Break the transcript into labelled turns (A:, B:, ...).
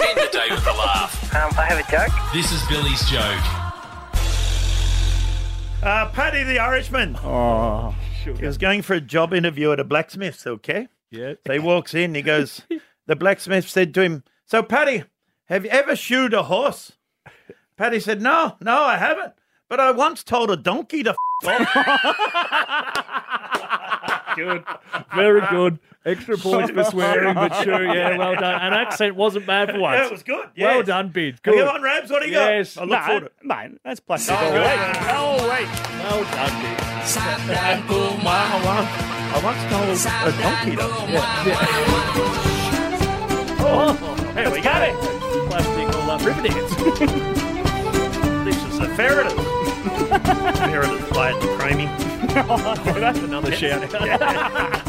A: End the day with a laugh.
B: Um, I have a joke.
A: This is Billy's joke.
C: Uh, Paddy the Irishman.
D: Oh,
C: He was going for a job interview at a blacksmith's, okay?
D: yeah.
C: So he walks in, he goes, The blacksmith said to him, So, Paddy, have you ever shoed a horse? Paddy said, No, no, I haven't. But I once told a donkey to f off.
E: Good. Very good. Extra points for swearing, but sure, yeah, well done. An accent wasn't bad for once.
C: Yeah, it was good.
E: Well
C: yes.
E: done, Bid.
C: Come
E: Good.
C: on, Rabs, what do you
E: Yes.
C: got? I look
E: No.
C: forward to it.
D: Mate, that's plastic. all
C: good.
D: right.
E: Oh, wait. Well done, Bid.
C: I once told a donkey to f
E: There we go. Plastic all up. Riveting it.
C: This is a ferret. ferret is playing the creamy.
E: That's another shout out.